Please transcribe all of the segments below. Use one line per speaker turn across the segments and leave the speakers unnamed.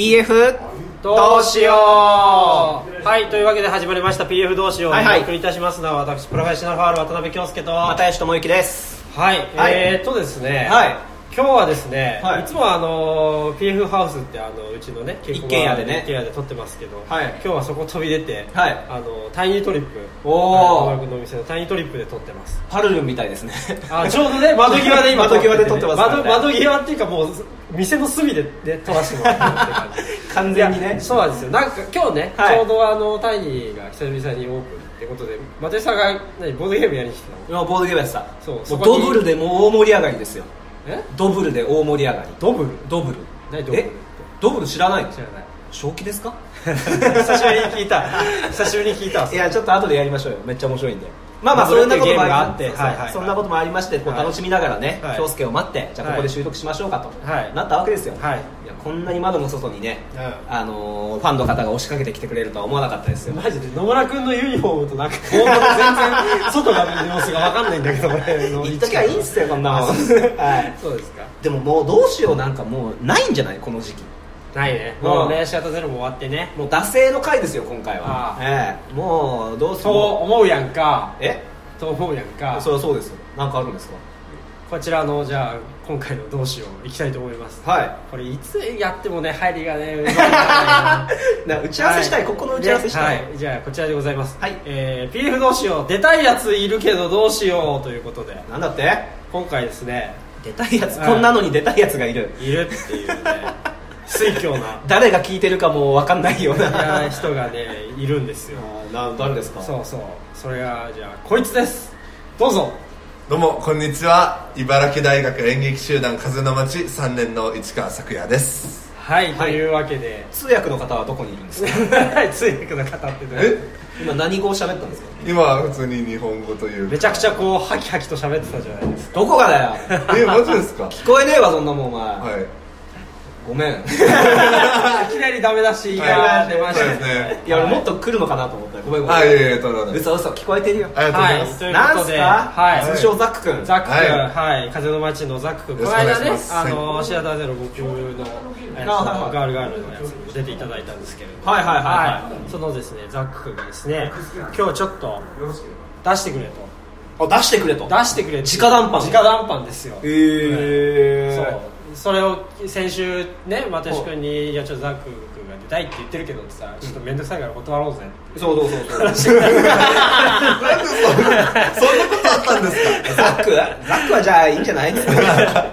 PF
どうしよう
はいというわけで始まりました PF どうしよう、
はいはい
お送りいたしますのは私プロフェッショナルファウル渡辺京介とはい、
又吉智之ですはい
えーっとですね、
はい
今日はですね、
はい
い、つもあのー PF ハウスってあのうちのね
一軒家でね
一軒家で撮ってますけど、
はい
今日はそこ飛び出て、
はい
あのタイニートリップ
おー
はい小川君のお店のタイニートリップで撮ってます
パルルンみたいですね
あちょうどね 窓際で今
窓際で
て
撮ってますからね
窓窓際っていうかもう店の隅で、ね、撮らせてもらってるって感じ
完全にね
いやそうなんですよなんか今日ね、
はい
ちょうどあのタイニーが久々にオープンってことで松井さんが何ボードゲームやりに来てたの
今ボードゲームやってた
そう
も
そこに
ドブルでもう大盛り上がりですよ
え
ドブルで大盛り上がり
ドブル
ドブル
何ドブルって
えドブル知らないの
知らない
正気ですか
久しぶりに聞いた 久しぶりに聞いた
いやちょっと後でやりましょうよめっちゃ面白いんでまあまあそんなこともあり
ドブルっていうゲームがあって
そう
はいはいはい
そんなこともありましてこう
はい
楽しみながらね
はい
京介を待ってじゃあここで収録しましょうかと
はい
なったわけですよ
はい
いやこんなに窓の外にね
うん
あのーファンの方が押しかけてきてくれるとは思わなかったですよ
マジで野村君のユニフォームとなんか本当に全然外が様子が分かんないんだけど俺の
行っときゃいいんすよこんなもん はい
そうですか
でももうどうしようなんかもうないんじゃないこの時期
ないね
うん
もうねシアターゼロも終わってね
もう惰性の回ですよ今回は
あ
ええもうどうす
そう思うやんか
え
と思うやんか
そりゃそうですよなんかあるんですか
こちらのじゃあ今回のどうしよういきたいと思います
はい
これいつやってもね入りがねうまくな
な打ち合わせしたい、
は
ここの打ち合わせしたい、
ではいじゃあこちらでございます
はい
えー PF どうしよう出たいやついるけどどうしようということで
なんだって
今回ですね
出たいやつ、
はい
こんなのに出たいやつがいる
いるっていうね水強な
誰が聞いてるかもう分かんないよう
い や
な
人がねいるんですよ
な誰です
そうそうそれがじゃあこいつですどうぞ
どうもこんにちは茨城大学演劇集団風の町3年の市川咲也です
はい、
はい
というわけ で
通訳の方はどこにいるんですか
通訳の方ってね
え
今何語を喋ったんですか
今は普通に日本語という
め
か
ちゃくちゃこうハキハキと喋ってたじゃないですか
どこがだ よ
えマジですか
聞こえねえわそんなもんお前、
はい
ごめん
いきなりダメ出し
は
が
い
出ました
そうですね
いや俺もっと来るのかなと思ったよごめんごめん
あいやいやとんでもないです
嘘嘘聞こえてるよ
ありがとうござい
は
ま
い、
す
という
なん
こと
す
で、
か、
はい、
い
通称ザック君
ザック、
はい
はい、風の街のザック君、こ
よ
の
ろしくお願い
間
し
ね
ま、す
あ
は
の、
い
シアターゼロ僕の、えー
あはい
そ
は
の
い
ガールガールのやつに出ていただいたんですけれども、
はいはいはいはい
そのですね、ザック君がですね、今日ちょっと出してくれと、
あ出してくれと
出してくれって、
直談判
直談判ですよ。
え
そうそれを先週ね又吉君に「いやちょっとザック君が出たい」って言ってるけどってさちょっと面倒くさいから断ろうぜって
そうそうそうそう
話になって
そんなことあったんですか
ザックはザックはじゃあいいんじゃない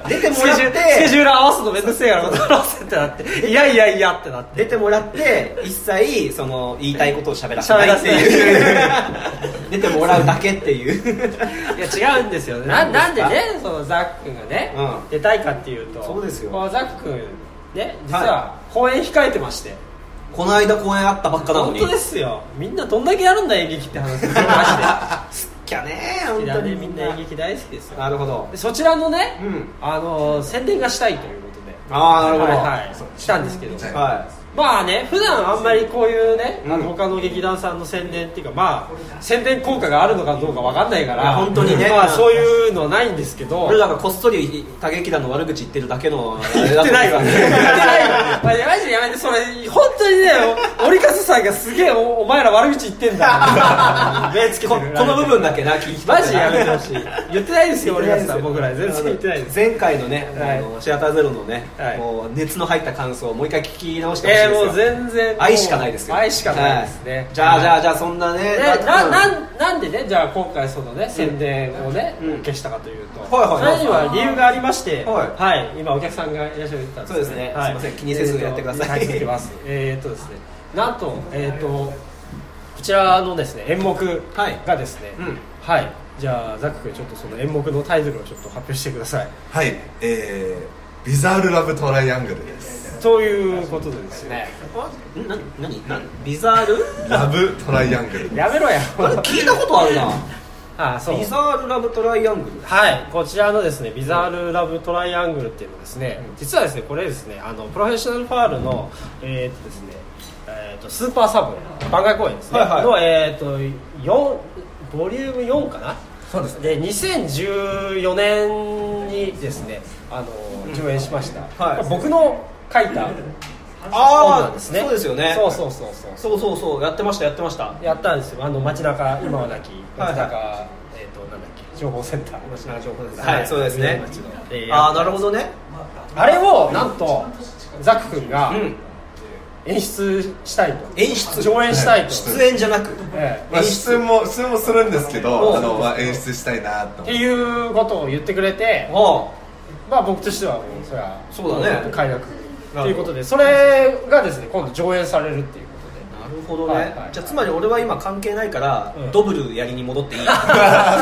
出ても
ス
らっ
ケジュールスケジ
て
ュール合わすの面倒くせえから断ろうぜってなっていやいやいやってなって
出てもらって一切その言いたいことを喋らせないっていう 出てもらうだけっていう
いや違うんですよねななんでねそのザックがね、
うん
出たいかっていうと
そうですよ
このザックね実は公演控えてまして、
この間公演あったばっかなの
本
に
当ですよみんなどんだけやるんだ演劇っ て話ですよマ
きゃね
ジ
本
で
当に
みんな演劇大好きですよ
なるほど
でそちらのね、
うん
あのー宣伝がしたいということで
ああなるほど
はいはい、したんですけど
はい
は
まあね普段あんまりこういうね、あの
うん
他の劇団さんの宣伝っていうかまあ宣伝効果があるのかどうかわかんないか
い
ら
や本当にね
まあ、そういうのはないんですけど
俺らがこっそり他劇団の悪口言ってるだけのあれ
言
だ
っ
と
て
思う
ないわ言ってないわマジでマジでやめてそれ本当にねお折笠さんがすげえおお前ら悪口言ってん だ目つけて
こ
る
この部分だけな聞き
マ
取っ
ジ
て
で
な
やめてほしい言ってないですよ折笠さん僕ら全然言ってないです
前回のね、
はい
あのシアターゼロのね、
はい
もう熱の入った感想をもう一回聞き直してほしい
え
で
ー、
すよ、
もう全然
愛しかないですよ
愛しかないですね、
はいじゃあじゃあじゃあそんなね
で
だって
ななんなんでねじゃあ今回そのね宣伝をね、
うん
消したかというと、
はいはい
それには理由がありまして
はい
今お客さんがいらっしゃったんですね
そうですね
は
すいません気にせずやってください
えーとはい続けますえーっとですねなんとえーっとこちらのですね演目がですね
はいうん
はいじゃあザック君ちょっとその演目のタイトルをちょっと発表してください
はいえー、ビザールラブトライアングルです
ということでですね
んな何何ビザール
ラブトライアングル
やめろや
これ聞いたことあるな
ああそう
ビザールラブトライアングル
はい、こちらのですね、ビザールラブトライアングルっていうのはですね、実はですね、これですね、あのプロフェッショナルファールの、えー、っとですね、えーっとスーパーサブ番外公演ですね、
はいはい
のえー、っと四ボリューム4かな。
そうです
で2014年にですねあの上演しました、
はい
僕の書いたそう
あ
なん
あ
ですね
そうですよね
そうそうそうそう
そうそうそうやってましたやってました
やったんですよあの街中今はなき
はい
街中、えっ、となんだっけ情報センター街中情報センター
はいそうですね
街のえー
ああなるほどね
あれをなんとザック君が
うん
演出したいと、
演出
上演したいと、
出演じゃなく
ええ
まあ、出演も出演もするんですけ
おう
どあの、まあ、演出したいなと
っていうことを言ってくれて
は
まあ僕としてはもうそりゃ
そうだね
も快楽ということでそれがですね今度上演されるっていうことで
あなるほどね、
はいはい
じゃあつまり俺は今関係ないから、
うん
ドブルやりに戻って いい
いや
聞いてく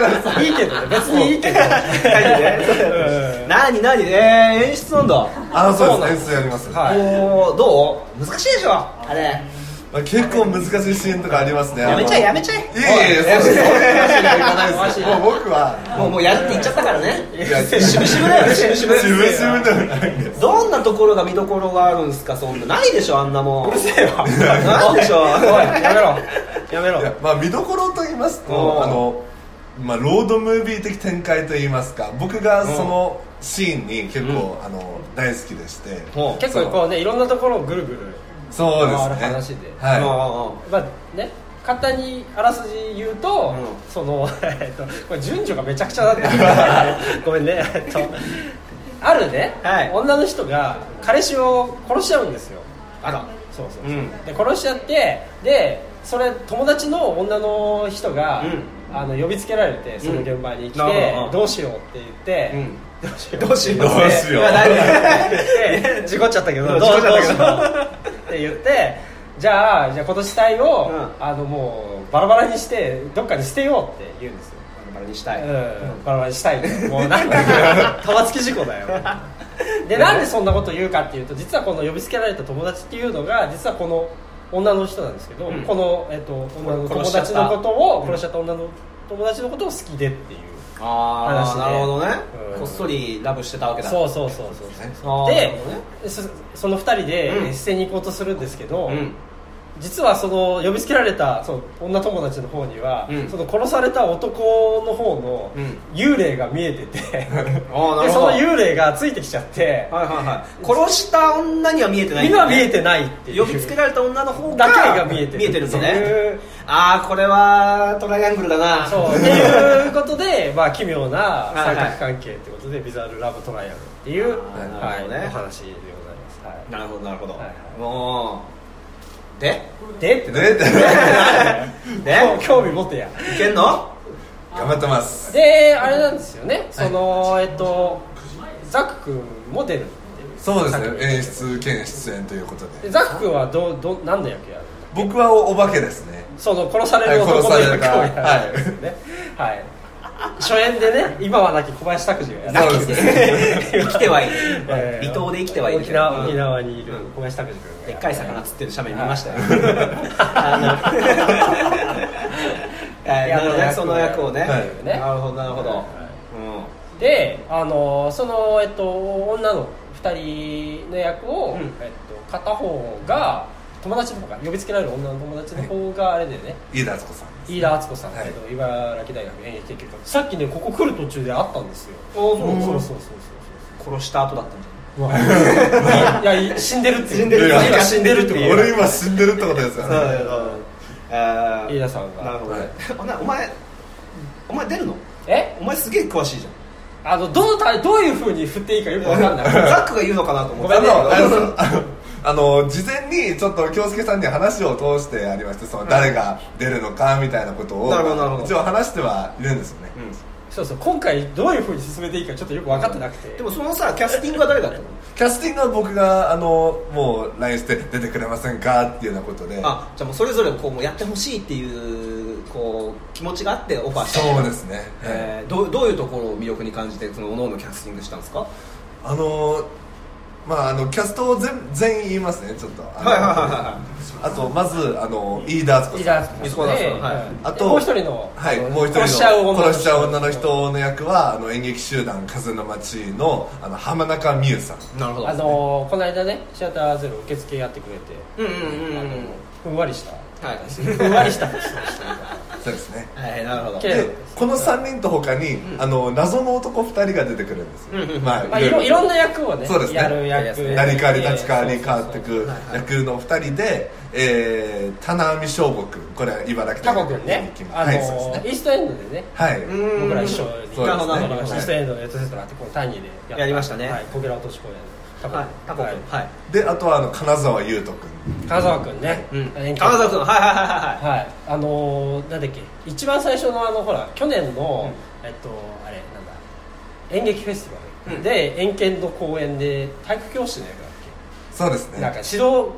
だ
いいけどね別にいいけ どうん
なになにえー、演出なんだ
あそう
なん
です演出やります、
はい
おーどう難しいでしょあれ
まあ、結構難しいシーンとかありますね
やめちゃえやめちゃ
いやいやいやそうそういう話にはいかないですよもう僕は
え もうもうやるって言っちゃったからね
い や
渋々だよね
自
渋
分
々
自分ではないんです
どんなところが見どころがあるんですかそんなないでしょあんなもんうるせえわなんでしょう
おいやめろやめろ
いやまあ見どころと言います
お
と
ー
あの、まあ、ロードムービー的展開と言いますか僕がそのシーンに結構、あの大好きでして、
もう
結構こうねいろんなところをぐるぐる
そうです
回
ね
る話で
はい、
うん
まあね簡単にあらすじ言うと、
うん
その、 えっと、これ順序がめちゃくちゃだった ごめんねえっとあるね、
はい
女の人が彼氏を殺しちゃうんですよ
あら
そうそうそう、
うん
で殺しちゃってでそれ友達の女の人が、
う
あの呼びつけられてその現場に来て、
うんうん
どうしようって言って、
うん
どうしよう
どうしよう
どうしよう
今何
で事故っちゃったけど
う
ど
ん
う
事故っちゃったけど
どうしようって言ってじゃあじゃあ今年隊を、
うん
あのもうバラバラにしてどっかに捨てようって言うんですよ、
バラバラにしたい、
うん、バラバラにしたいってもうなんか玉突き事故だよ でなんでそんなこと言うかっていうと実はこの呼びつけられた友達っていうのが実はこの女の人なんですけど、
うん
この、えっと、女の
殺
友
しちゃった
達のことを殺しちゃった女の友達のことを好きでっていう
ああ、
話ね
なるほどね、
うん
こっそりラブしてたわけだ
そうそうそうそうそう
あーなる
で
ほどね
そその2人
うん
で捨てに行こうとするんですけど、
うん
実はその呼びつけられたその女友達の方には、
うん
その殺された男の方の
うん
幽霊が見えてて、で
ああなる
そ
ほど
の幽霊がついてきちゃって、
はいはいはい殺した女には見えてないん
今
だ
は
ね、
見えてないっていう
呼びつけられた女の方
だ
が
けが見えてる
見えてるんだ
って
ね
いう
ああこれはトライアングルだな
そうっていうことで、まあ、奇妙な
はいはい
三角関係ってことで、ビザールラブトライアルっていう、
あーな
はい
るほどね
お話でございます、はい
なるほどなるほど、
はいは
もうで
で ってな
で
で
興味持てや
いけんの
頑張ってます
であれなんですよねその、えっとザック君も出る
そうですね演出兼出演ということ
で
で
ザック君はどうどう何の役やる
僕はおお化けですね
その殺される男の
はい
役を
殺された
やるんですよねはい、初演でね今はなき小林拓司がやる
そうですね
生きてはいる
えー
離島で生きてはいる
沖縄沖
うん
縄にいる小林拓司君が
でっかい魚釣ってる斜面見ましたよ
は
はいいなるほどねその役をね、
はい
なるほどなるほど、
はいであのその、えっと、女の2人の役を、
うん
えっと、片方が友達の方が呼びつけられる女の友達の方があれだよね、
飯田敦子さん
飯田敦子さん、えっと茨城大学演劇研究科さっきねここ来る途中で会ったんですよ
お
そうそうそう
う
そう
殺した後だったんじゃない
そううわ いやいや死んでるっていう
死んでる
いや
今死んでるってこと
俺今死んでるってことですよね
え
飯田さんが
なるほどね
はい
お前お前お前出るの
え
お前すげえ詳しいじ
あのどのタイどういうふうに振っていいかよくわか
ゃん
ん
ザ
ない
ックが言うのかなと思って
ごめんね
あのあのあの事前にちょっと京介さんに話を通してありましてその誰が出るのかみたいなことを
なるほどなるほど
一応話してはいるんですよね
そうそう今回どういうふうに進めていいかちょっとよく分かってなくて
うんでもそのさキャスティングは誰だったの
キャスティングは僕があのもう LINE して出てくれませんかっていうようなことで
あじゃあもうそれぞれこうもうやってほしいっていうこう気持ちがあってオファーした
そうですね、
えーどうどういうところを魅力に感じてその各々キャスティングしたんですか
あのまああのキャストを全全員言いますねちょっとあのあとまずあの飯田敦子
飯
さ
田
ん
敦子
飯
さんで
田さんはい
うん
あと
もう一人の
はい、
あの
もう一人の
殺しちゃう女の人
殺しちゃう女の人の役はあの演劇集団風の街のあの浜中美優さん
なるほど
あのーこの間ねシアターゼロ受付やってくれ
う
て
んうんうんうん
ふんわりした
はい
ふんわりした
そうですね
はいなるほど
けれ
で
ど
この3人と他に、あの謎の男2人が出てくるんですよ、
うんうん
ま
ま
あ
あ、いろいろんな役をね
そうですね
やる役
成り代わり立ち代わりに変わって
そう
いく
そうそうはいはい
役の2人で、えー、田波翔吾君これは茨城
タ
県
コ君ね、あの
はいそうですね
イーストエンドでね
はい、
うん
僕ら一緒に
そうですね
あのイ
はい
ーストエンドのエットセットがあってこの単位でった
やりましたね
はいこけら落とし公演タコ君
はいタコ君はい
であとはあの金沢優斗君
金沢君ね
うん
演
金
劇
沢君はいはいはいはい
はいあのーなんだっけ一番最初のあのほら去年のえっとあれなんだ演劇フェスティバ
うん
ルで演研の公演で体育教師の役だっけ
そうですね
なんか指導の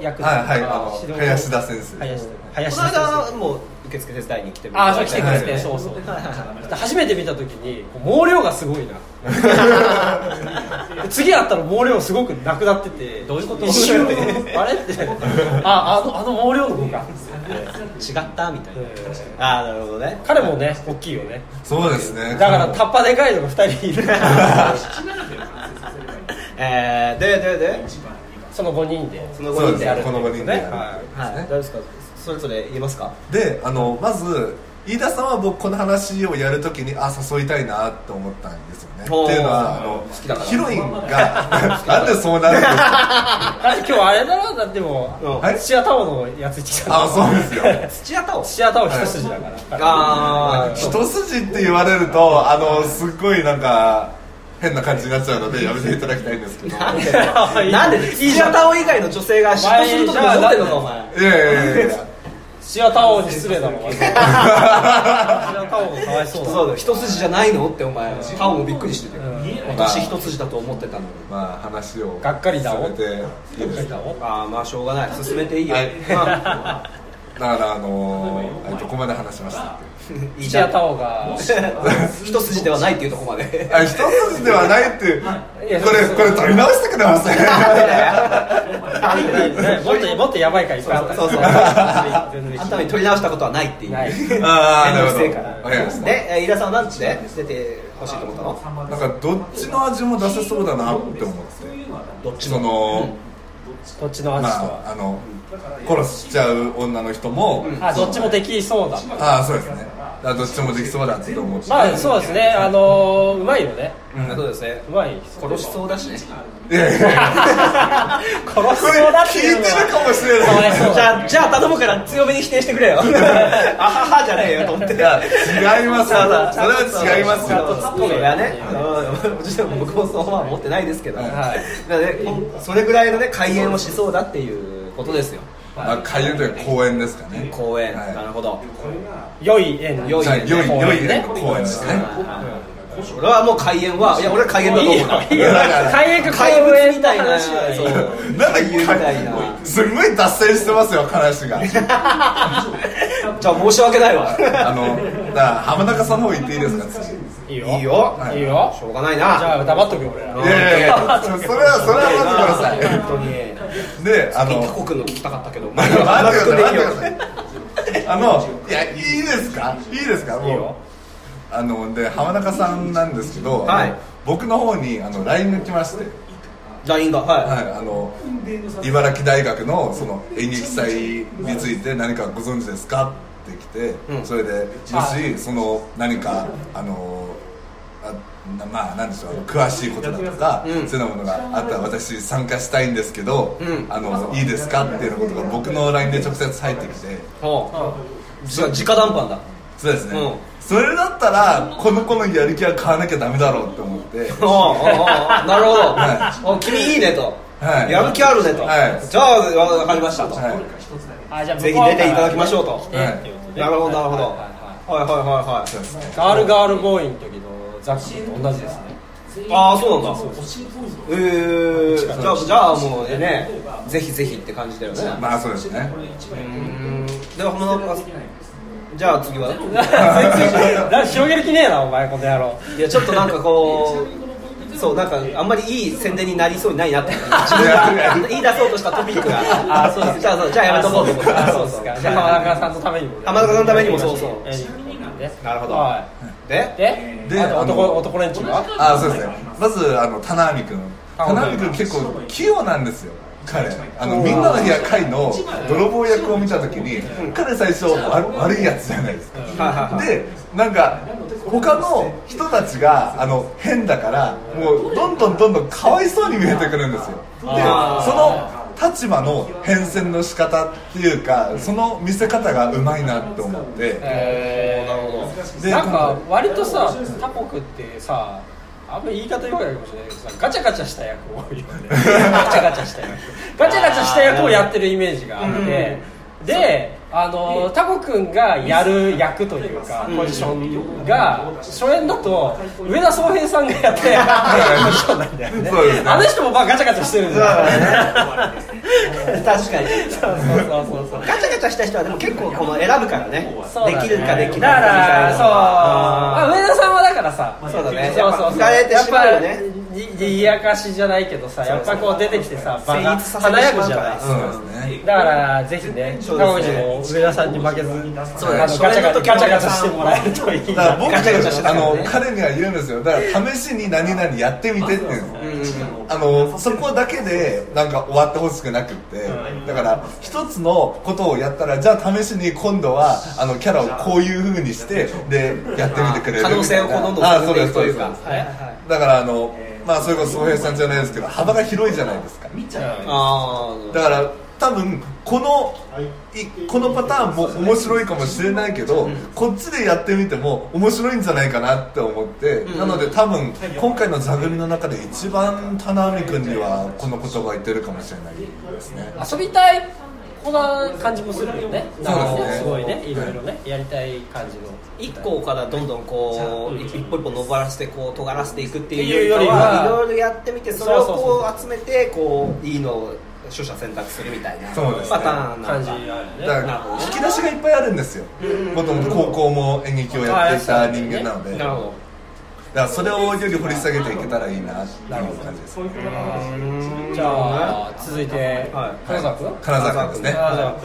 役だ
はいはい
から
あの
指導
林田先生
林田
こ
林
の
田先
間もう受付手伝いに来ても
生ああそう来てくれ
は
て
い
そうそう
はいはいはい
初めて見た時に毛量がすご いな次会ったら毛量すごくなくなっててどういうこと一 瞬あれってああのあの毛量の子か
違ったみたいな
うん
ああなるほどね
彼もね大きいよね
そうですね
だからタッパでかいのが2人い る
えー、ででで
その5人で
そ
そ
の後
う
に
です
やる
ね
ん
この5人
ね
でやるんですね、
はい、大丈夫ですかそれぞれ言えますか
であのまず飯田さんは僕この話をやるときにあ誘いたいなって思ったんですよねって
おー
いうのはあの
好きだから
ヒロインが なんでそうなるんですか
だって今日あれだろだっても
うん
あれ
う土屋太鳳のやつ言ってきた
あそうですよ
土屋太鳳
土屋太鳳一筋だから
あー
一筋って言われるとあのすっごいなんか変な感じになっちゃうのでやめていただきたいんですけどいや い
なんで土屋太鳳以外の女性が嫉妬するとこ思ってんのかお前
やいやいや
土屋太鳳に失礼だろまず土屋太鳳がかわいそうだ
そうだ一筋じゃないのってお前太鳳もびっくりしてるよ
うん
私一筋だと思ってたのに
まあ話を
がっかりだ
進めていいですか
ああまあしょうがない進めていいよ、
はい
まあ
だからあのあれどこまで話しましたっ
いい
土
じゃ
屋
ん
太鳳が
一筋ではないっていうとこまで
けあ一筋ではないっていう
いや
これ
そう
これ取り直してください
ねもっともっとやばいからいっぱいあった
そうそう
あ
あんたに取り直したことはないっていう
ない
ああ
面倒く
なるほど
せえから
わかりました
でえ飯田さんは何ちで出てほしいと思ったの
なんかどっちの味も出せそうだなって思って
どっち
その、
こっちの味
ま
とは
ああの殺しちゃう女の人も、
あどっちもできそうだ
ああそうですねあどっちもできそうだって思って、
まあそうですねあのーうまいよね
うん
そうですね
うまい
殺しそうだしね
いやいやいや
殺し
これ
そうだって
聞い
い
て
うの
る
は
かもしれ
かわ
ない
いそう
じ
だ
ゃあじゃあ頼むから強めに否定してくれ よあははじゃねえよと思って
いや違いますよそれは違います
ちゃんと
よ
突っ込め
いやねうんもちろん僕もそうは思ってないですけど、
はい
だからねこんそれぐらいのね開演をしそうだっていうことですよ
まあかゆというか公園ですかね
公演、
はい
なるほど
良い縁
良い
はい良い良いね公園ですね
俺はもう開演はいや俺は開演だと思うな
もういいよいいよ開演か
怪
公
物
演
み
みた
たい
い
な
な
そう
なんだ
怪物みたいな
すんごい脱線してますよ話が
じゃあ申し訳ないわ
あのだから浜中さんの方行っていいですか次
いいよ
いいよ
いいよ
しょうがないな
じゃあ黙っとくよ俺ら
いやいやいやそれはそれは待ってください
本当に
であの
タコ君の聞きたかったけど
待ってくだ
まあ
さい
でいいよ
待ってくださいあのいやいいですかいいですかもう
いいよ
あので浜中さんなんですけど、
はい
あの僕の方にあの LINE が来まして、
LINE がはい、
はい、あの茨城大学のその演劇祭について何かご存知ですかって来て、
うん
それでもしその何かあのあなまあなんでしょうあの詳しいことだとか、
うん
そういうようなものがあったら私参加したいんですけど、
うん
あのいいですかっていうようなことが僕の LINE で直接入ってきて。
ほうじゃあ直談判だ
そうですね、
うん
それだったらこの子のやる気は買わなきゃダメだろうって 思って
おうおうおうなるほど、
は
お君いいねと、
はい
やる気あるねと、
はい
じゃあ分かりましたと、
はい
あじゃあ
ぜひ出ていただきましょうと
来てっていうことで
なるほどなるほど
はいはいはい
はいはいは
そうですね
ガールガールボーイの時のザックと同 じですね
いはいああそうなんだえー、じゃあじゃあもうねぜひぜひって感じだよね、
まあそうですね
うんでは浜中さんじゃあ次は
なんか広げる気ねえなお前この野郎
いやちょっとなんかこうそうなんかあんまりいい宣伝になりそうにないなって言い出そうとしたトピックが
あそうです
じゃあそうじゃあやめとこうと思って
あそうですかじゃあ浜中さんのためにもね
浜中さんのためにもそうそう
えね
なるほど
は
で
いで
で
あと
あの
男男連中は
あそうですねまずあの田波君田辺君結構器用なんですよ彼あのみんなの部屋会の泥棒役を見た時に彼最初わ悪いやつじゃないですかでなんか他の人たちがあの変だからもうどんどんどんどんかわいそうに見えてくるんですよでその立場の変遷の仕方っていうかその見せ方がうまいなって思って
えー
で
なんか割とさ他国ってさあんまり言い方よくないかもしれないけどさガチャガチャした役多いよ ねガチャガチャした役ガチャガチャした役をやってるイメージがあってであのタコ君がやる役というかポジションが初演だと上田総平さんがやってるポジションなんだよね
そうですね
あの人もまあガチャガチャしてるんだよ
確かに
そうそうそうそうそう
ガチャガチャした人はでも結構この選ぶからね
そうだね
できるかできな
だ
いか
か
みたい
ら
な
そうあ上田さんはだからさ
そうだね
そうそうそう
やっぱ疲れてしまうよね
やっぱににぎやかしじゃないけどさやっぱこう出てきてさ場が
成立させ
華
て
や
しま
ぐ
う
じ
か
ゃ
ら
ないです
そ
か
うですね
だからぜひね
そう
高
です
口
ね
も上田さんに負けず
そうだね
あのガチャガチャガチャガチャしてもらえるといい
だから
な
僕
ガチャガチャしてた
あ
から
の
ね
彼には言うんですよだから試しに何々やってみてっていうのあのそこだけでなんか終わってほしくなくってだから一つのことをやったらじゃあ試しに今度はあのキャラをこういうふうにしてでやってみてくれるみたいな
可能性をこうどんどん
あ
進んでいく
そう
とい
です
うか
そうですだからあのまあそれこそ総平さんじゃないですけど幅が広いじゃないですか
あ
だから多分このいこのパターンも面白いかもしれないけど、こっちでやってみても面白いんじゃないかなって思って、なので多分今回の座組の中で一番田辺君にはこの言葉言ってるかもしれないですね
遊びたいこんな感じもするよねなん
そう
か
ですね
すごいねいろいろねやりたい感じの
一個からどんどんこう一歩一歩登らせてこう尖らせていくって
ってい
いうう
よ
よ
り
り
は
はいろいろやってみてそれを
そうそう
こう集めてこういいのを取捨選択するみたいな
そうですね
パターンな
感
ん
じ
だ
があるね
だから引き出しがいっぱいあるんですよもともと高校も演劇をやっていた人間なので
なるほど
だからそれをより掘り下げていけたらいいなっていう感じです
じゃあ続いて
はい
金沢君
金沢君ですね
金沢君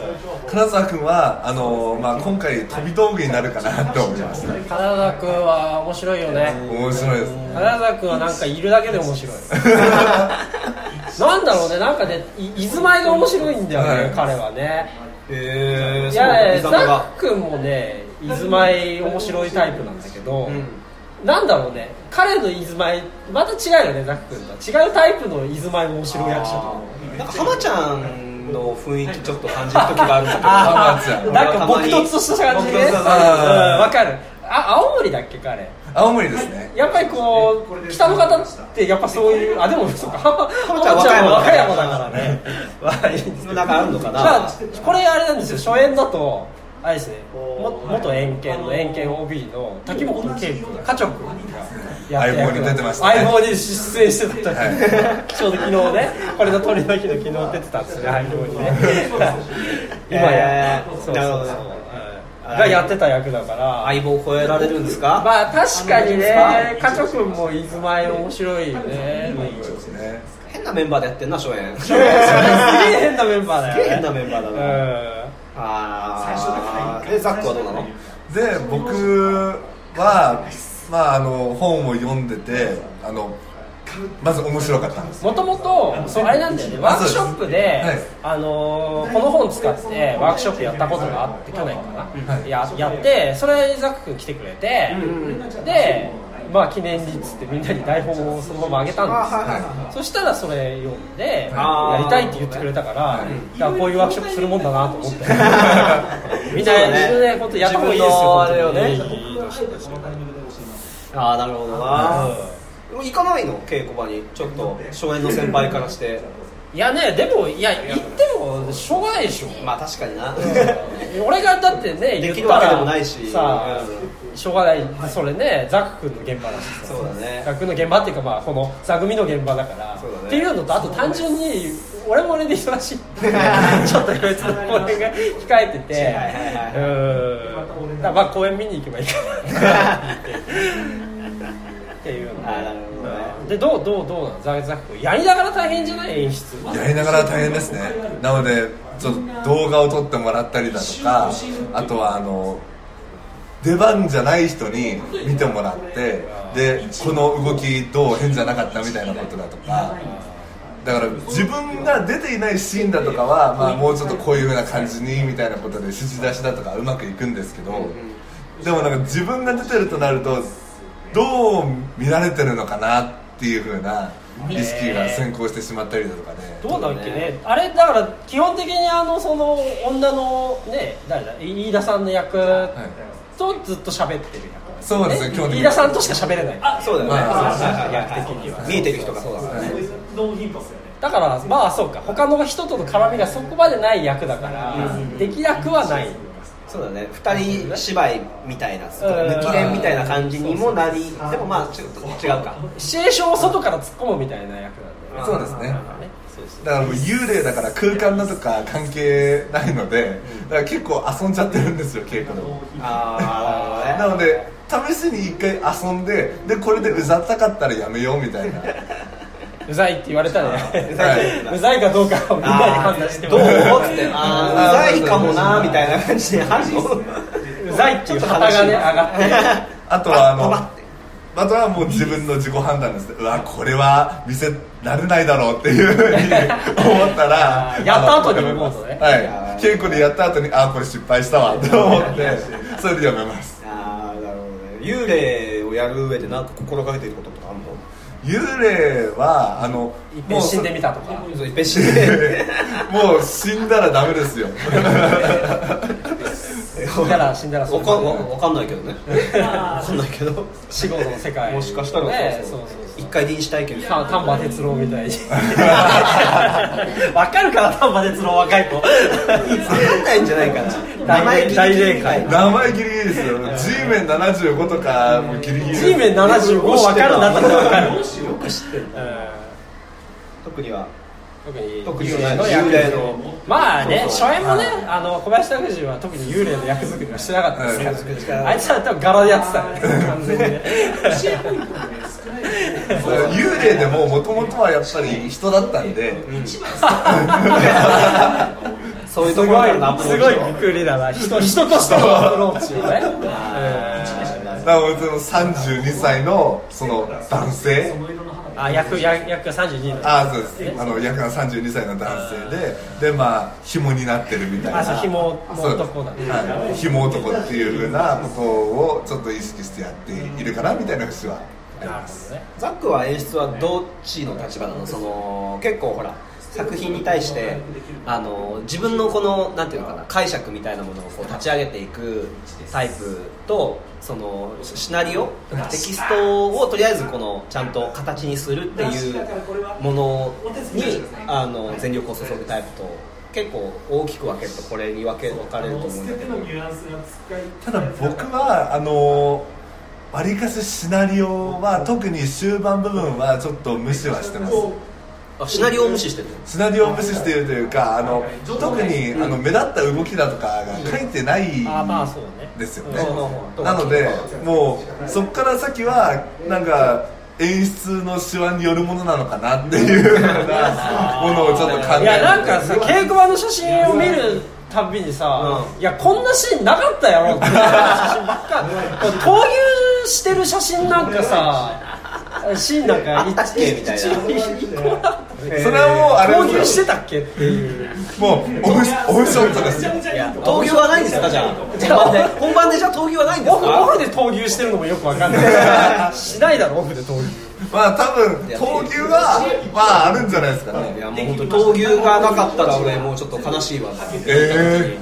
金沢君はあの、まあ、今回飛び道具になるかなって思いました
金沢君は面白いよね
面白いです
金沢君はなんかいるだけで面 白いなんだろうねなんかねい居住まいが面白いんだよね、
はい
彼はね
へえ
い
そうな
や
ん
ね
だ
ザック君もね居住まい面白いタイプなんだけど、なんだろうね彼の居住まいまた違うよねザック君とは違うタイプの居住まいの面白い役者だと思う
なんか浜ちゃんの雰囲気ちょっと感じる時があるんだけど
あー
浜ちゃ
なんか撲突とした感じね
撲
う
突と
ん
した
感じ
わかるあ青森だっけ彼
青森ですね
やっぱりこう北の方ってやっぱそういうあで もそうか浜浜
ちゃん
ちゃんは和
和
歌
歌
山
山
だ
だ
か
か
らね はいいいんですけど
なんかあるのかな
まあこれあれなんですよ初演だとあれですねも元遠見の遠見 OB の滝本圭君家長君がやって
相棒に出てましたね
相棒に出演してた時、
は
ちょうど昨日ねこれの鳥の日の昨日出てたんですよね相棒にね今や、
えー
そうそうそう
なるほど
はいがやってた役だから
相棒を超えられるんですか、
まあ確かにね
ね、
カチョ君も出前面白いよね。
そうですね
変なメンバーでやってんな初 演す
すげえ変なメンバーだよ、ね。
げえ変なメンバーだな、
うん。
あーえザックはどうなの
で僕はまああの本を読んでてあのまず面白かったんです
もともとそうあれなんだよねワークショップで、
はい
あのーこの本使ってワークショップやったことがあって去年かな、
はい
ややってそれザック君来てくれて、でまあ記念日っつってみんなに台本をそのままあげたんですよ、そしたらそれ読んで
あー
やりたいって言ってくれたから,、だからこういうワークショップするもんだなと思ってみんな
そうだね
自分でことやった方がいいですよ
自分のあれを
本当に
ね
いいのしてますよ
ああなるほどな、でも行かないの稽古場にちょっと初演の先輩からして
いやねでもいや言ってもしょうがないでしょ
まあ確かにな
俺がだってね
でき
言
る
った
わ
ら
けでもないし
さ
う
しょうがないそれねザック君の現場だしさ
そうだね
ザックの現場っていうかまあこの座組の現場だから
そうだね
っていうのとあと単純に俺も俺で忙 しいちょっといろいろと俺が控えて
は
て
いはいは
うんだからまあ公演見に行けばいいかな っていうの
あーなるほどね
でどうどうどうなのザザック君やりながら大変じゃない演出
やりながら大変ですねなのでちょっと動画を撮ってもらったりだとかあとはあの出番じゃない人に見てもらってでこの動きどう変じゃなかったみたいなことだとかだから自分が出ていないシーンだとかは、まあ、もうちょっとこういうふうな感じにみたいなことで指示出しだとかうまくいくんですけどでもなんか自分が出てるとなるとどう見られてるのかなっていうふうな意識が先行してしまったりだとかね。
どうだっけねあれだから基本的にあのその女のね誰だ飯田さんの役とずっと喋ってる役
そうですね基本的に
飯田さんとしか喋れない
あそうだよね、
まあ
そうそう役的には見えてる人がそうだからね
だからまあそうか他の人との絡みがそこまでない役だからできなくはない
そうだね二人芝居みたいな抜き連みたいな感じにもなりでもまあちょっと違う か
シチュエーションを外から突っ込むみたいな役なんだよね
そうですね
ねそう
だからもう幽霊だから空間だとか関係ないのでだから結構遊んじゃってるんですよ稽古でも
ああ
なので試しに一回遊んででこれでうざったかったらやめようみたいな
うざいって言われたら
う
ね
ざいって言
うざいかどうかをみんなで判断して
ど
も
う
らう
っつってあーうざいかもなみたいな感じで 話を
うざいっていう旗がね上がって
あとはあのあとはもう自分の自己判断ですねうわこれは見せられないだろうっていうふうに思ったら
あ ーやった後に
あの
やめますね
はい稽古でやった後にあーこれ失敗したわと 思ってそれでやめます
ああなるほどね幽霊をやる上でなんか心がけていることとかあるの
幽霊はあの
いっぺん死んでみたとか
そういっぺん死ん で
もう死んだらダメですよ
死んだら死んだら
わかわ わかんないけどねわかんないけ ど
死後の世界
もしかしたら
ね
そう
そう
そう
そうそ
一
う
回臨死体験する
た丹波哲郎みたいにわかるから丹波哲郎若い子
わかんないんじゃないかな
大霊大霊界
名前ギリギリですよ G メン75とかもうギリギリ
G メン75わかるんだったらわかる
よく知ってる特には
特に
特に
幽霊の
幽
役
霊の
まあね
そうそ
初
う
演もねあの小林拓司は特に幽霊の役作りはしてなかった
は
で
い
すからあいつは多分柄でやってたね完全にね
幽霊でももともとはやっぱり人だったんで、
そういう
す
と
ご
ころか
い
らのアプロー
す
チ
ご
を
いびっくりだな人人としてのアプローチをねうん
だからもうその32歳のその男性
あ役役役が32の
ああそうですあの役が32歳の男性ででまあ紐になってるみたいな
朝ひもの
そう
男だね
はい、紐男っていうふうなことをちょっと意識してやっているかなみたいな節は
なるほどね
ザックは演出はどっちの立場なのその結構ほら作品に対してあの自分のこのなんていうのかな解釈みたいなものをこう立ち上げていくタイプとそのシナリオテキストをとりあえずこのちゃんと形にするっていうものにあの全力を注ぐタイプと結構大きく分けるとこれに分け分かれると思うんだけど
ただ僕はあのわりかしシナリオは特に終盤部分はちょっと無視はしてます
あシナリオを無視してる
シナリオを無視しているというかあの特にあの目立った動きだとかが書いてない
あまあそうね
ですよ
うん
ね
そうそうそう
なのでもうそこから先はなんか演出の手腕によるものなのかなっていうようなものをちょっと考えて
いやなんかさ稽古場の写真を見るたびにさ、いやこんなシーンなかったやろっていう写真ばっかりこう闘牛してる写真なんかさシーンなんか
あったっけみたいな
一一個だ
それはもうあれ
闘
で
牛し
すよ
てたっけっていう
もうオフオフショットですよ
闘牛はないんですかじゃあじゃあ本番でじゃあ闘牛はないんです
オフ
か
オフで闘牛してるのもよくわかんないしないだろオフで闘牛
まあ多分闘牛はまああるんじゃないですか
い
ね
やもう本当闘牛がなかったら俺もうちょっと悲しいわ
え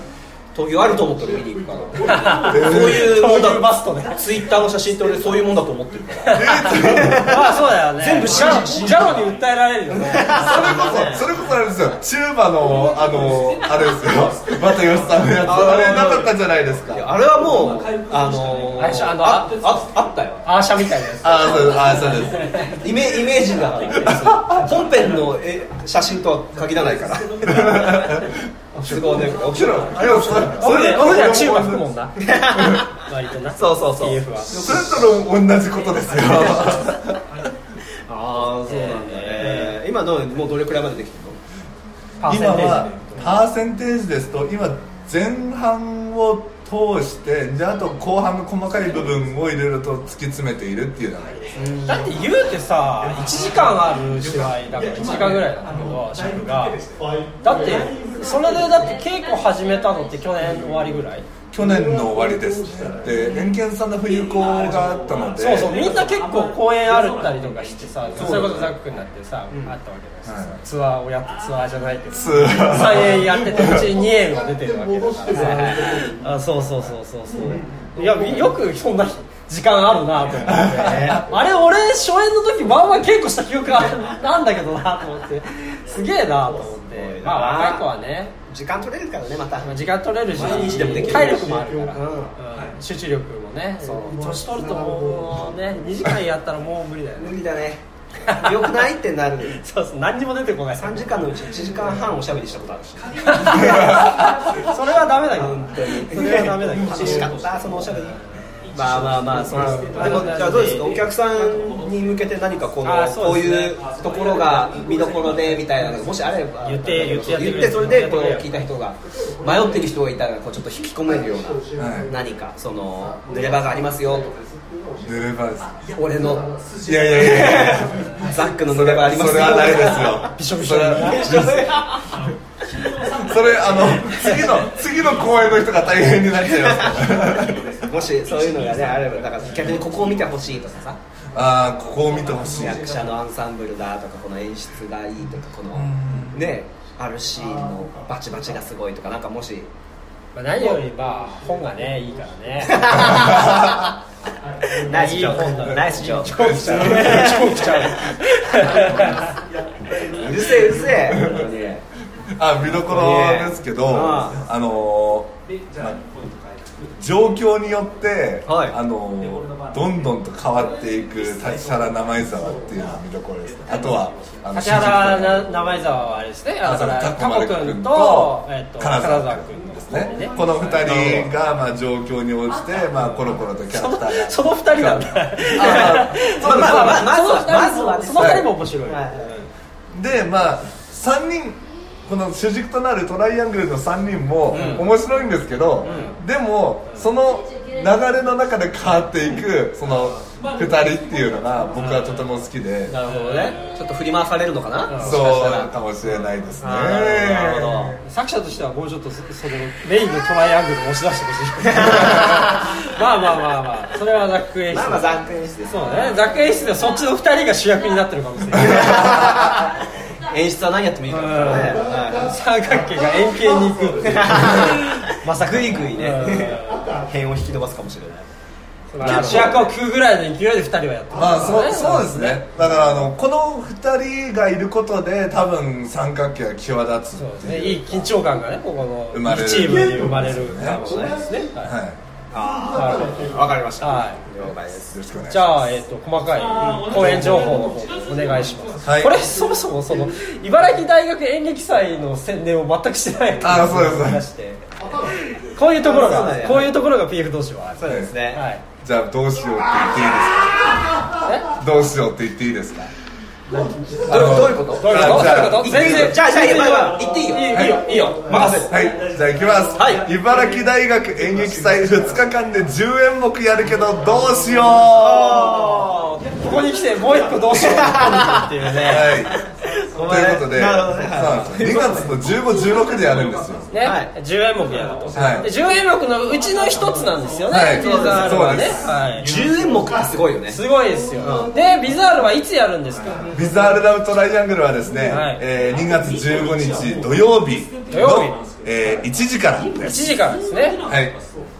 闘牛あると思って見に行くから
え
そういうもん
闘
だ
牛バストね
ツイッターの写真って俺そういうもんだと思ってるから
まあそうだよね
全部
ジャロジャロに訴えられるよね
それこそそれこそあれですよチューバのあのあれですよまたよしさんのやつ
あー
あれなかったんじゃないです
いや
か
あれはもうあの
あれでしょあの
あああったよ
アーシャみたいなやつ
あーそうですあーそうです
イメイメージだから本編のえ写真とは限らないから都合で
もちろん、いや、それ、
オ
そ
フで
れ、
オフではチューバ
そ
吹く
れ
もんな 割とな
そうそうそう
TF は
と同じことですよ。
ああそうなんだね、
え
今どうもうどれくらいまでできてるの
パーセンテー
今
ジ
は
で、
パーセンテージですと、今前半を通通してであと後半の細かい部分をいろいろと突き詰めているっていう流れです
だって言うてさ1時間ある芝居だから1時間ぐらいなんだけど尺がだってそれでだって稽古始めたのって去年終わりぐらい
去年の終わりですで遠見さんの冬行があったので
そうそうみんな結構公演あるったりとかしてさそれこそザックになってさ、あったわけだし、
はい
ツアーをやってツアーじゃないけど
ツアー
3演やっててうち2演が出てるわけだから さあそうそうそうそうそういやみよくそんな時間あるなと思って あれ俺初演の時まんま稽古した記憶があなんだけどなと思ってすげえなと思ってまあ若い子はね
時間取れるからねまた
時間取れるし
毎日でもできる
体力もあるか
う
ら、
ん
うん集中力もね
そう
年取るともうね2時間やったらもう無理だよ
無
ね
理だねよくないってなる
そうそう何にも出てこない
3時間のうち1時間半おしゃべりしたことあるし
それはダメだけどそれはダメだけど
楽しかったそのおしゃべりまあまあまあそうですね
うん
でもじゃあどうですかお客さんに向けて何かこの
あ
こ
そううですね
いうところが見どころでみたいなのがもしあれば
言って言ってやってくれ
それでこう
やって
聞い
くれ
た人が迷ってる人がいたらこうちょっと引き込めるような
はい
何かその濡れ場がありますよとか
濡れ場です
俺の
いやいやいやいや
ザックの濡れ場ありますよ
それはないですよ
びしょびしょ
それはそれあの次の次の公演の人が大変になっちゃいますから
もしそういうのがねあればだから逆にここを見てほしいとかさ
ああここを見てほしい
役者のアンサンブルだとかこの演出がいいとかこの
ん
ねあるシーンのバチバチがすごいとかなんかもし
まあ何よりまあ本がねいいからね
ナイスジョ
いい本
ー
だ
ク
ね
ナイスジョーク
超来ちゃう超来ちゃう
うるせえうるせえ本当に
あ見どころですけど、
ね
あのーまあ状況によって、
はい
あのーどんどんと変わっていく立原生井沢っていうのが見どころですねあとはあの
立原な名前沢はあれですねあだからタコ
く
君
ん
と,、えっと
金
金
沢
沢
君
君
です
の
ねこの二人がまあ状況に応じてまあコロコロとキャラクターが
その二人なんだ
あ
まあまあまあまずは
まずはね
その二人も面白い、
はい
でまあ3人この主軸となるトライアングルの3人も
うん
面白いんですけど、でもその流れの中で変わっていくその2人っていうのが僕はとても好きで、
なるほどね
ちょっと振り回されるのかな
うん
もしかした
そう
ら
かもしれないですね
あーなるほどなるほ
作者としてはもうちょっとそそのメインのトライアングルを押し出してほしいまあまあまあまあそれはザック演出
まあまあザック演出です
そうねザック演出ではそっちの二人が主役になってるかもしれない
演出は何やってもいいからね
うん
は
三角形が円形に行くっていう
いまさぐいぐいね
う
辺を引き伸ばすかもしれない
ん主役を食うぐらいの勢いで二人はやってる
まあそうそうですねだからあのこの2人がいることで多分三角形が際立つ
そうで
っ
す
て
ね
いう
いい緊張感がねここの
生まれる
チームに生まれるかもしれないですねはい
はい、よ
ああわかりました
はい
了解です
ろしくお願いします
じゃあ、えっと細かい講演情報の方お願いします、
はい
これそもそもその茨城大学演劇祭の宣伝を全くしてない
あーそうです
話してこういうところ
そうなん
が
や
こういうところが PF 同士は
そうですね
はい
じゃあどうしようって言っていいですかどうしようって言っていいですか
どうどういうこと
どういうこ
あ
と
じゃあ
どういうこと全然
じゃあじゃあ
全然
まあまあ言っていいよ
いいよいいよ任せる
はい、じゃあ行きます、
はい
茨城大学演劇祭2日間で10演目やるけどどうしよう
あー
ここに来てもう一個どうしようっていうね
はいということで、
なるほどねは
2月の15、16でやるんですよ。
ね、
はい
10演目やると、
はい
で10演目のうちの一つなんですよね、
はい
ビザールは
そう
ね
です
はい
10演目ってすごいよね
すごいですよ、でビザールはいつやるんですか、
ビザールラブトライアングルはですね、
はい
えー2月15日土曜日
土曜日
の、えー1時からで
1
す。
時からですね
はい、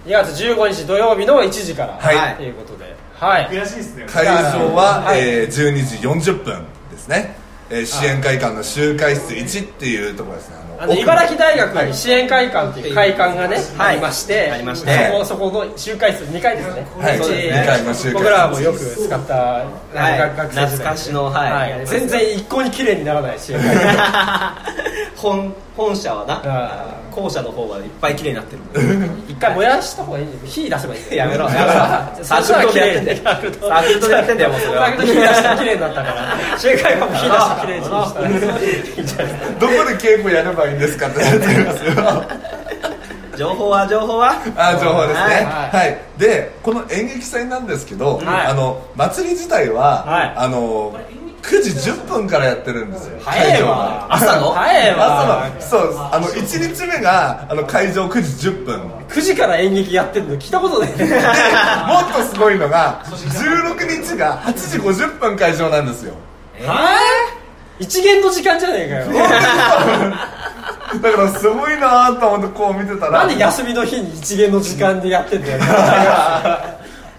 2月15日土曜日の1時から
はい
はい
ということではい
悔しいですね
会場は、
はい
えー12時40分ですね、えー支援会館の集会室1っていうところですねあの
あの
奥
茨城大学に支援会館っていう会館がね、
はい
ありまして
ありまして
そこそこの集会室2階ですね、
はいう
ち
2階の集会室
僕らもよく使った、
はい
学学生時代
懐かしのはい
全然一向に綺麗にならない支援会館
本本社はな
あ
校舎の方はいっぱい綺麗になってるもんね
一回燃やした方がいいんだよ火出せばいいんだよ
やめろや めろ
サークルとやってんだよ
サークルとサークルとやってんだよもうそれは
サークルと火出して綺麗になったから集会館も火出して綺麗にしたらいいんじゃない
どこで稽古やればいいんですかってなってますよ
情報は情報は
あ情報ですね
は
はいい、でこの演劇祭なんですけど、
はい
あの祭り自体は、
はい
あの9時10分からやってるんですよ
早い
会場
わ
が
朝の
早いわ
朝のそうあの1日目があの会場9時10分
9時から演劇やってるの聞いたことない
もっとすごいのが16日が8時50分会場なんですよ
はい一元の時間じゃねえかよ
だからすごいなーと思ってこう見てたら
なんで休みの日に一元の時間でやってんだよ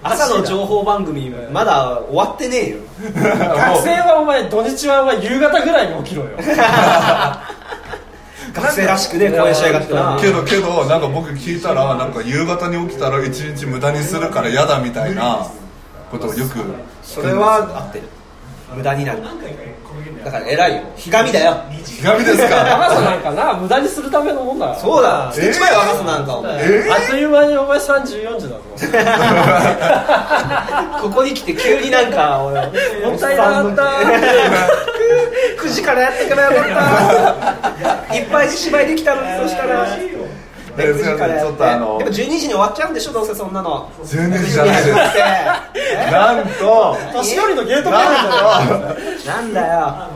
朝の情報番組まだ終わってねえよ
学生はお前土日はお前夕方ぐらいに起きろよ
学生らしくね公演しやがってな
けどけどなんか僕聞いたらなんか夕方に起きたら一日無駄にするから嫌だみたいなことをよく
それは合ってる無駄になるだから偉いよひがみだよ
ひがみです
長
か
さなんかな無駄にするためのもんだ
そうだ
えー
捨てちまえよ話すなんかお前
え
あっという間にお前34時だぞ
ここに来て急になんか俺
もったいなかった
9時からやってからよかったいっぱい芝居できたのにそしたら
えーすいませんちょっとあの
やっぱ12時に終わっちゃうんでしょどうせそんなの
12時じゃないですなんと
年寄りのゲートボールだよ
な
な
んと
んだよ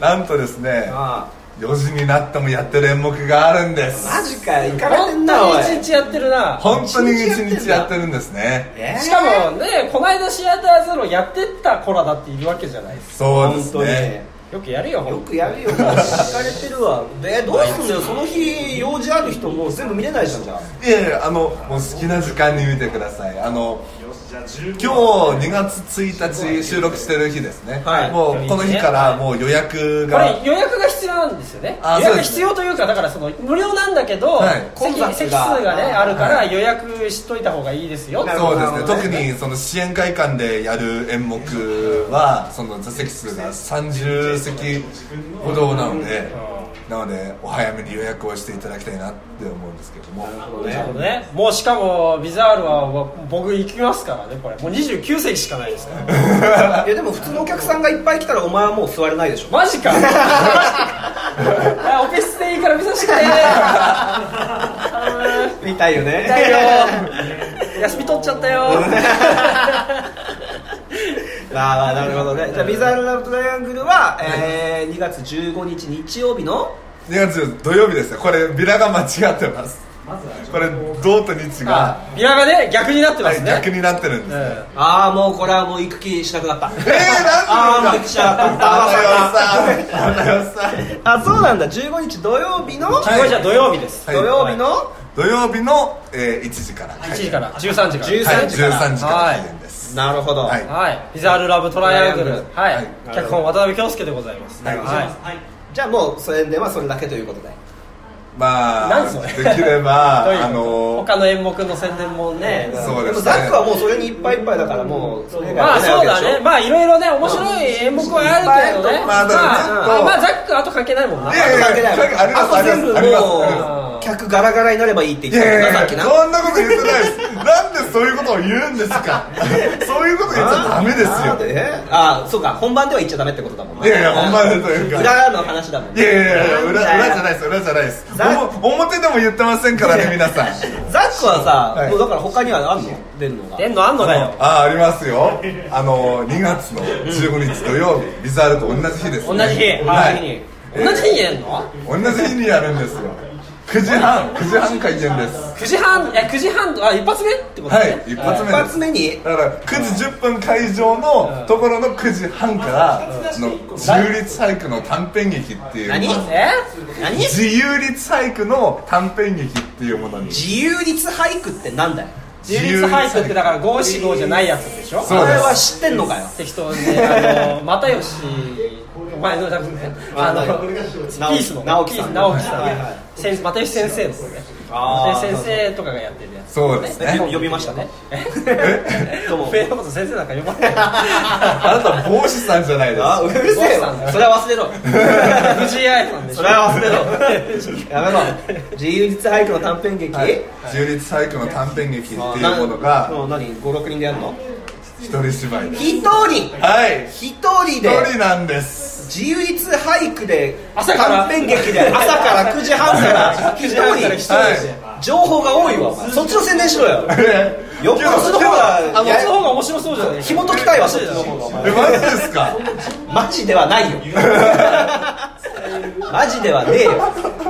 なんとですね
あ
4時になってもやってる演目があるんです
マジかよ行かれて
本
んなおい
当に一日やってるな
本当に一日やってるんですね
えー
しかもねこの間シアターゼロやってった子らだっているわけじゃないです
そうですね
よくやるよ
よ
本
くやる よもう聞かれてるわでどうすんだよその日用事ある人もう全部見れないじゃんじゃあ
いやいやあのもう好きな時間に見てくださいあの今日2月1日収録してる日ですね、
はい
もうこの日からもう予約
こ
が
れ予約が必要なんですよね
あ
予
そう
約
です
必要というかだからその無料なんだけど、
はい
混
席
雑が
席数がねあるから
はい
予約しといた方がいいですよ
なるほ
そ
ど
うです
な
ね
るほど
特にその支援会館でやる演目はその座席数が30席ほどなのでなのでお早めに予約をしていただきたいなって思うんですけども
なるほどねもうしかもビザールは僕行きますからねこれもう29席しかないですから
いやでも普通のお客さんがいっぱい来たらお前はもう座れないでしょ
マジかあオペ室でいいから見させて頼む
見たいよね
痛いよ 休み取っちゃったよ
まあ まあなるほどねじゃあビザールラブトライアングルは、えー、2月15日日曜日の
2月土曜日ですねこれビラが間違ってますこれ土と日が
あビラがね逆になってま
は
す
い
ね、
逆になってるんですね
え
ああもうこれはもう行く気しなくなった
えー、なんで
あーもう行
で
く気
す
し
か
なくな った
花代さん花代さん
あそうなんだ15日土曜日の、
えこれじゃあ土曜日です、
はい
土曜日の
土曜日の、えー、1時から
1時から13時か
13
ら
はい、
時から
13時から開演です
なるほど、
はい
はい、ビザールラブトライアングル、
ト
はい
はい
脚本渡辺京介でございます、
はい
は
じゃあもう宣伝はそれだけということで
まあ
何それ
できれば
という
あのー
他の演目の宣伝もね、
そうですね
もザックはもうそれにいっぱいいっぱいだからもうそれ以外
ま
は
あ
出ないわ
そう
けで
だ
しょ
ねまあいろいろね面白い演目はあるけどね
まあだからちょっと
まあまあザックあと関係ないもんない
やいや
関係ない
関係あります
あと全部
ありますあり
もう
ます
客ガラガラになればいいって
い
言って
やい
た
や
よ
い
なさ
や
っきな
そんなこと言ってないですなんでそういうことを言うんですかそういうこと言っちゃダメです
なんで
よ
ねあそうか本番では言っちゃダメってことだもん
いやいや本番でというか
裏の話だもん
いやいやいや
な
裏
んだよ
裏じゃないです裏じゃないです
ざ
おも表でも言ってませんからね皆さん
ザックはさ、
はい
もうだから他にはあんの出るのが
出んのあんのかよ
あありますよあの2月の15日土曜日ビザールと同じ日です、
同じ日
は
同じ日
い
同じ日にやるの
同じ日にやるんですよ9時半9時半開演です
9時半え9時半あ一発目ってこと
は
ね、
い一発
一
目です
発目に
だから9時10分会場のところの9時半からの自由律俳句の短編劇っていう
何
え
何
自由律俳句の短編劇っていうものに
自由律俳句ってなんだよ
自由律俳句ってだから五七五じゃないやつでしょ
そうで
お前
す
は知ってんのかよ
適当にあ の又吉お前のだからねあの
直
ピ
直
ースの
直樹
ピ
さ
ー
ん
ス直樹さん
はいはい
先生又吉先生の方ね
あー
又吉先生とかがやってるやつ
そうですね
呼びましたね
え
どうも
フェイのこと先生なんか呼ばない
あなた帽子さんじゃないです
あう
か
るせえよ それは忘れろ
藤井愛さんでし
そ
ょ
れは忘れろ やめろ自由律俳句の短編劇、
はい自由律俳句の短編劇っていうもの
な
が
の何56人でやるの
一人芝居です
一人
はい
一人
一人
で
なんです
自由律俳句で
朝から
短編劇で朝から9時半から一
藤井愛さんから
人
一人で
はい
情報が多いわお前そっちの宣伝しろよよっぽどその方
あ
が
の
や
その方が面白そうじゃない
紐解きたいわそっちの方がお前
えマジですか
マジでは ないよマジではねえよ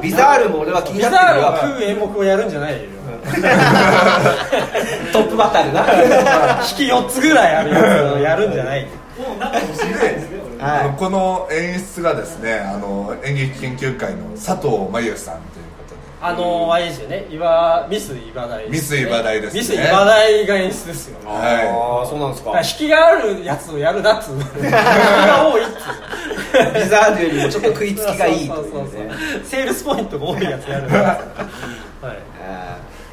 ビザールも俺は気に
ビ
な
ザ
って
ー
る
ル
よ
は食う演目をやるんじゃないよ
トップバッターでな
引き4つぐらいあるやつをやるんじゃな
は
い
い
あのこの演出がですねあの演劇研究会の佐藤真由さんということで
あのあれですよね岩ミス岩台
ミス岩台ですね
ミス岩台が演出ですよだ
は
あそうなんですか
から引きがあるやつをやるなっつうの引きが多いっ つ
ビザールよりもちょっと食いうつ
の
きがいい
そ
と
う
い
そう
う
そう
ね
そうセールスポイントが多いやつやるなっつうはい
あ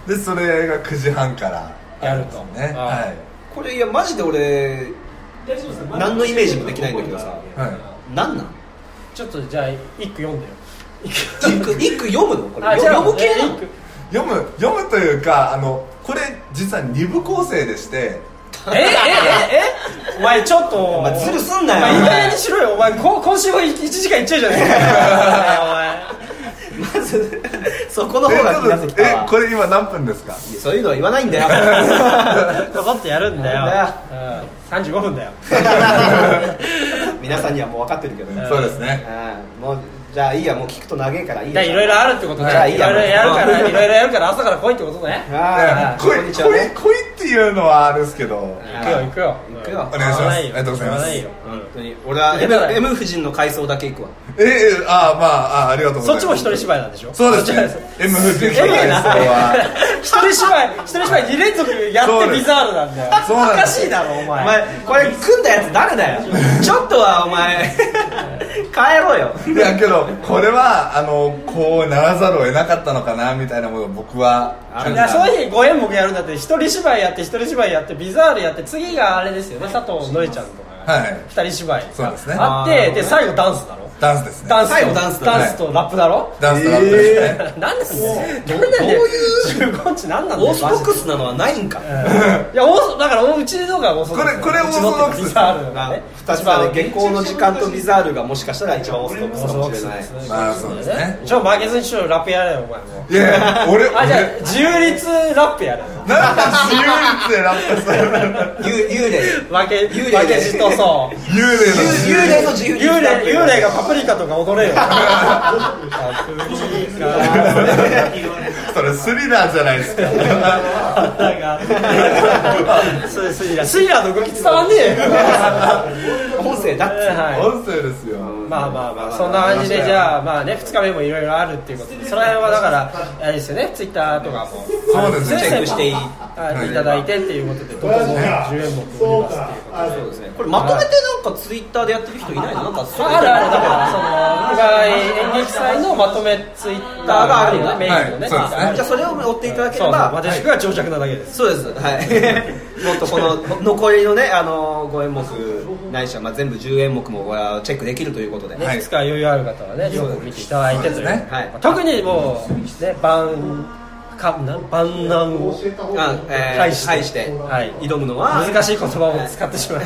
いでそれが9時半から
やると
ねは
ーこれいやマジで俺何のイメージもできないんだけどさ
いは
何なん
ちょっとじゃあ一句読んでよ
一 句一句読むのこれ
あじゃあ
読む系な
え一
の
句
い読む読むというかあのこれ実は2部構成でして
ええええお前ちょっとお
お前ズルすんな
前
よ
意外にしろよお前こ今週は1時間いっちゃうじゃない か
まずそこの
え
方が気
ち
が
ょ
付き
っと
た
え
わ
これ今何分ですか
そういうのは言わないんだよ
お前ちょこっとやるんだよ
なん
うん、35分だよ
皆さんにはもう分かってるけどね
そうですね
うんもうじゃあいいやもう聞くと長えからいい
だ
や
いろいろあるってことね
じゃあい
い
いや
ろいろやるから
うん
いろいろやるから朝から来いってことね
ああ
こい
こんにちは
こい
ね
こいっていうのはあるんですけど
行くよ行くよ
行くよ
うん
お
願いします
しょうがなよ
ありがとうござい
しょう
ます
がないよ
本当に俺は M, M 夫人の回想だけ行くわ
ええああまああありがとうござい
そ
ま
っ
す
ちも一人芝居なんでしょ
そうですね
そっち
M 夫人の
すげえ
回
な
想は
一人芝居一人芝居2連続や
そ
って
うです
ビザールなんだよ
そうなん
お
で
か
す
しいだろお
お
前
前これ組んだやつ誰だよちょっとはお前帰ろうよ
いやけどこれはあのこうならざるを得なかったのかなみたいなものを僕は
あ
い
る
やその日5演目やるんだって一人芝居やって一人芝居やってビザールやって次があれですよね佐藤のりちゃんとかが
はい
二人芝居
そうですね
あっ
あ
て
ー
で最後ダンスだろ
ダンスですね
ダンス
最
と
後ダンスだ
ダ
ね
ンスとラップだろ
ダンスとラップ ですね、
なんですなんなんで15日なんなんだよ
オーソドックスなのはないんか
いやオーソだからうちのがオーソドックス
これこれオーソドックス
うちのってビザール
ま
が
あ
ね
二つはね下校の時間とビザールがもしかしたら一番オーソドッ
オ
ク
ー
ス
ソ
か
ド
も
ック
し
ス
れない
ですね
まあそうですね
ちょ負けずにしろラップやれよお前も
いや俺
あじゃあ
俺
自由律ラップやれよ
なんか自由律でラップする
幽幽霊
負け
幽霊
負けじとそう
幽霊の
幽
自由
幽霊の
律
自由に
幽霊幽霊がパプリカとか踊れよ
それスリラーじゃないですか
そうスイラスイラの動き伝わんね えよ
音声だっつうの
は
音声ですよ
いまあまあまあそんな感じでじゃあまあね2日目もいろいろあるっていうことでその辺はだからあれですよねツイッターとかも
そうですね
チェックしていい
はいいただいてっていうことでどこも10円も
そ
売
う
りますっていうこと
か
で
あ
そうですねこれまとめてなんかツイッターでやってる人いないのなんかそれ
あるあるだからその今演劇祭のまとめツイッターがあるよねメインのね、
はいそうですね
じゃあそれを追っていただけ
そ
れ
うそう
ば
私が情弱なだけです
そうです はいもっとこの残りのねあの5演目ないしはまあ全部10演目もこれはチェックできるということでね
はい
いつか余裕ある方はね、両方見ていただいてという、
そうですね
はい
特にもう、ね、万、かなん万難を
あえー
対して
対して
はい
挑むのは
難しい言葉を使ってし まう、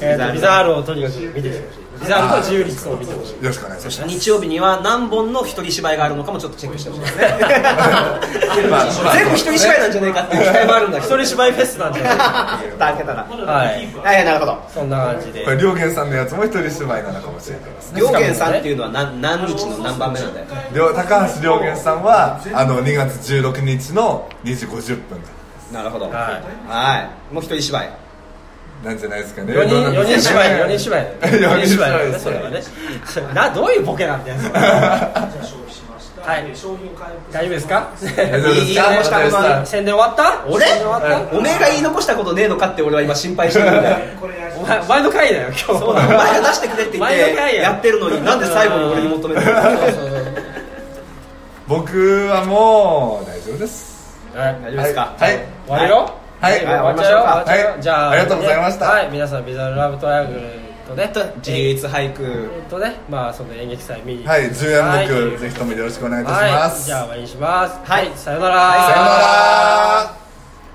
えーとビザールをとにかく見てほしい、ビザールと自由律を見てほしい、
よろしくお願いします
日曜日には何本の一人芝居があるのかもちょっとチェックしてほしいですね
まあまあ
全部一人芝居なんじゃないかっていう期待もあるんだけ
一
ど
人芝居フェスなんじゃないか
蓋開けたら
な、はい、
はいはいなるほど
そんな感じで
こ、れ両元さんのやつも一人芝居なのかもしれないですね
両元さんっていうのは何何日の何番目なんだよ
両高橋良元さんはあの2月16日の2時50分
なるほどは
はい
もう一人芝居
なんじゃないですか
い、
ね
4人
どうな
四
んで
人
すか
芝居、
ね
4人芝 居、
四人芝居
だよね、それはね、 などういうボケなんだよ、それははい、大丈夫ですか、
大丈夫ですか
いいいい申し
大
込み
丈夫
は
ですか
宣伝終わった
俺
宣伝終わった
おめえが言い残したことねえのかって俺は今心配してるん だよ
お前お前の回だよ今日
お前が出してくれって言っ
前
て
の回や
やってるのになんで最後に俺に求め てるの
僕はもう大丈夫です
はい
大丈夫ですか
はい
終わるよ
はい
終わっちゃうよ終わっちゃうよ
はい
じゃあ
ありがとうございました
ねはい皆さんビザルラブトライアングルとね
自由律俳句
えっとねまあその演劇祭見に
はい10
はい
円目ぜひともよろしくお願いいたしま
はい
す
じ
さ
ゃあ
よ
終わりにします
はい
さよなら
はい
なら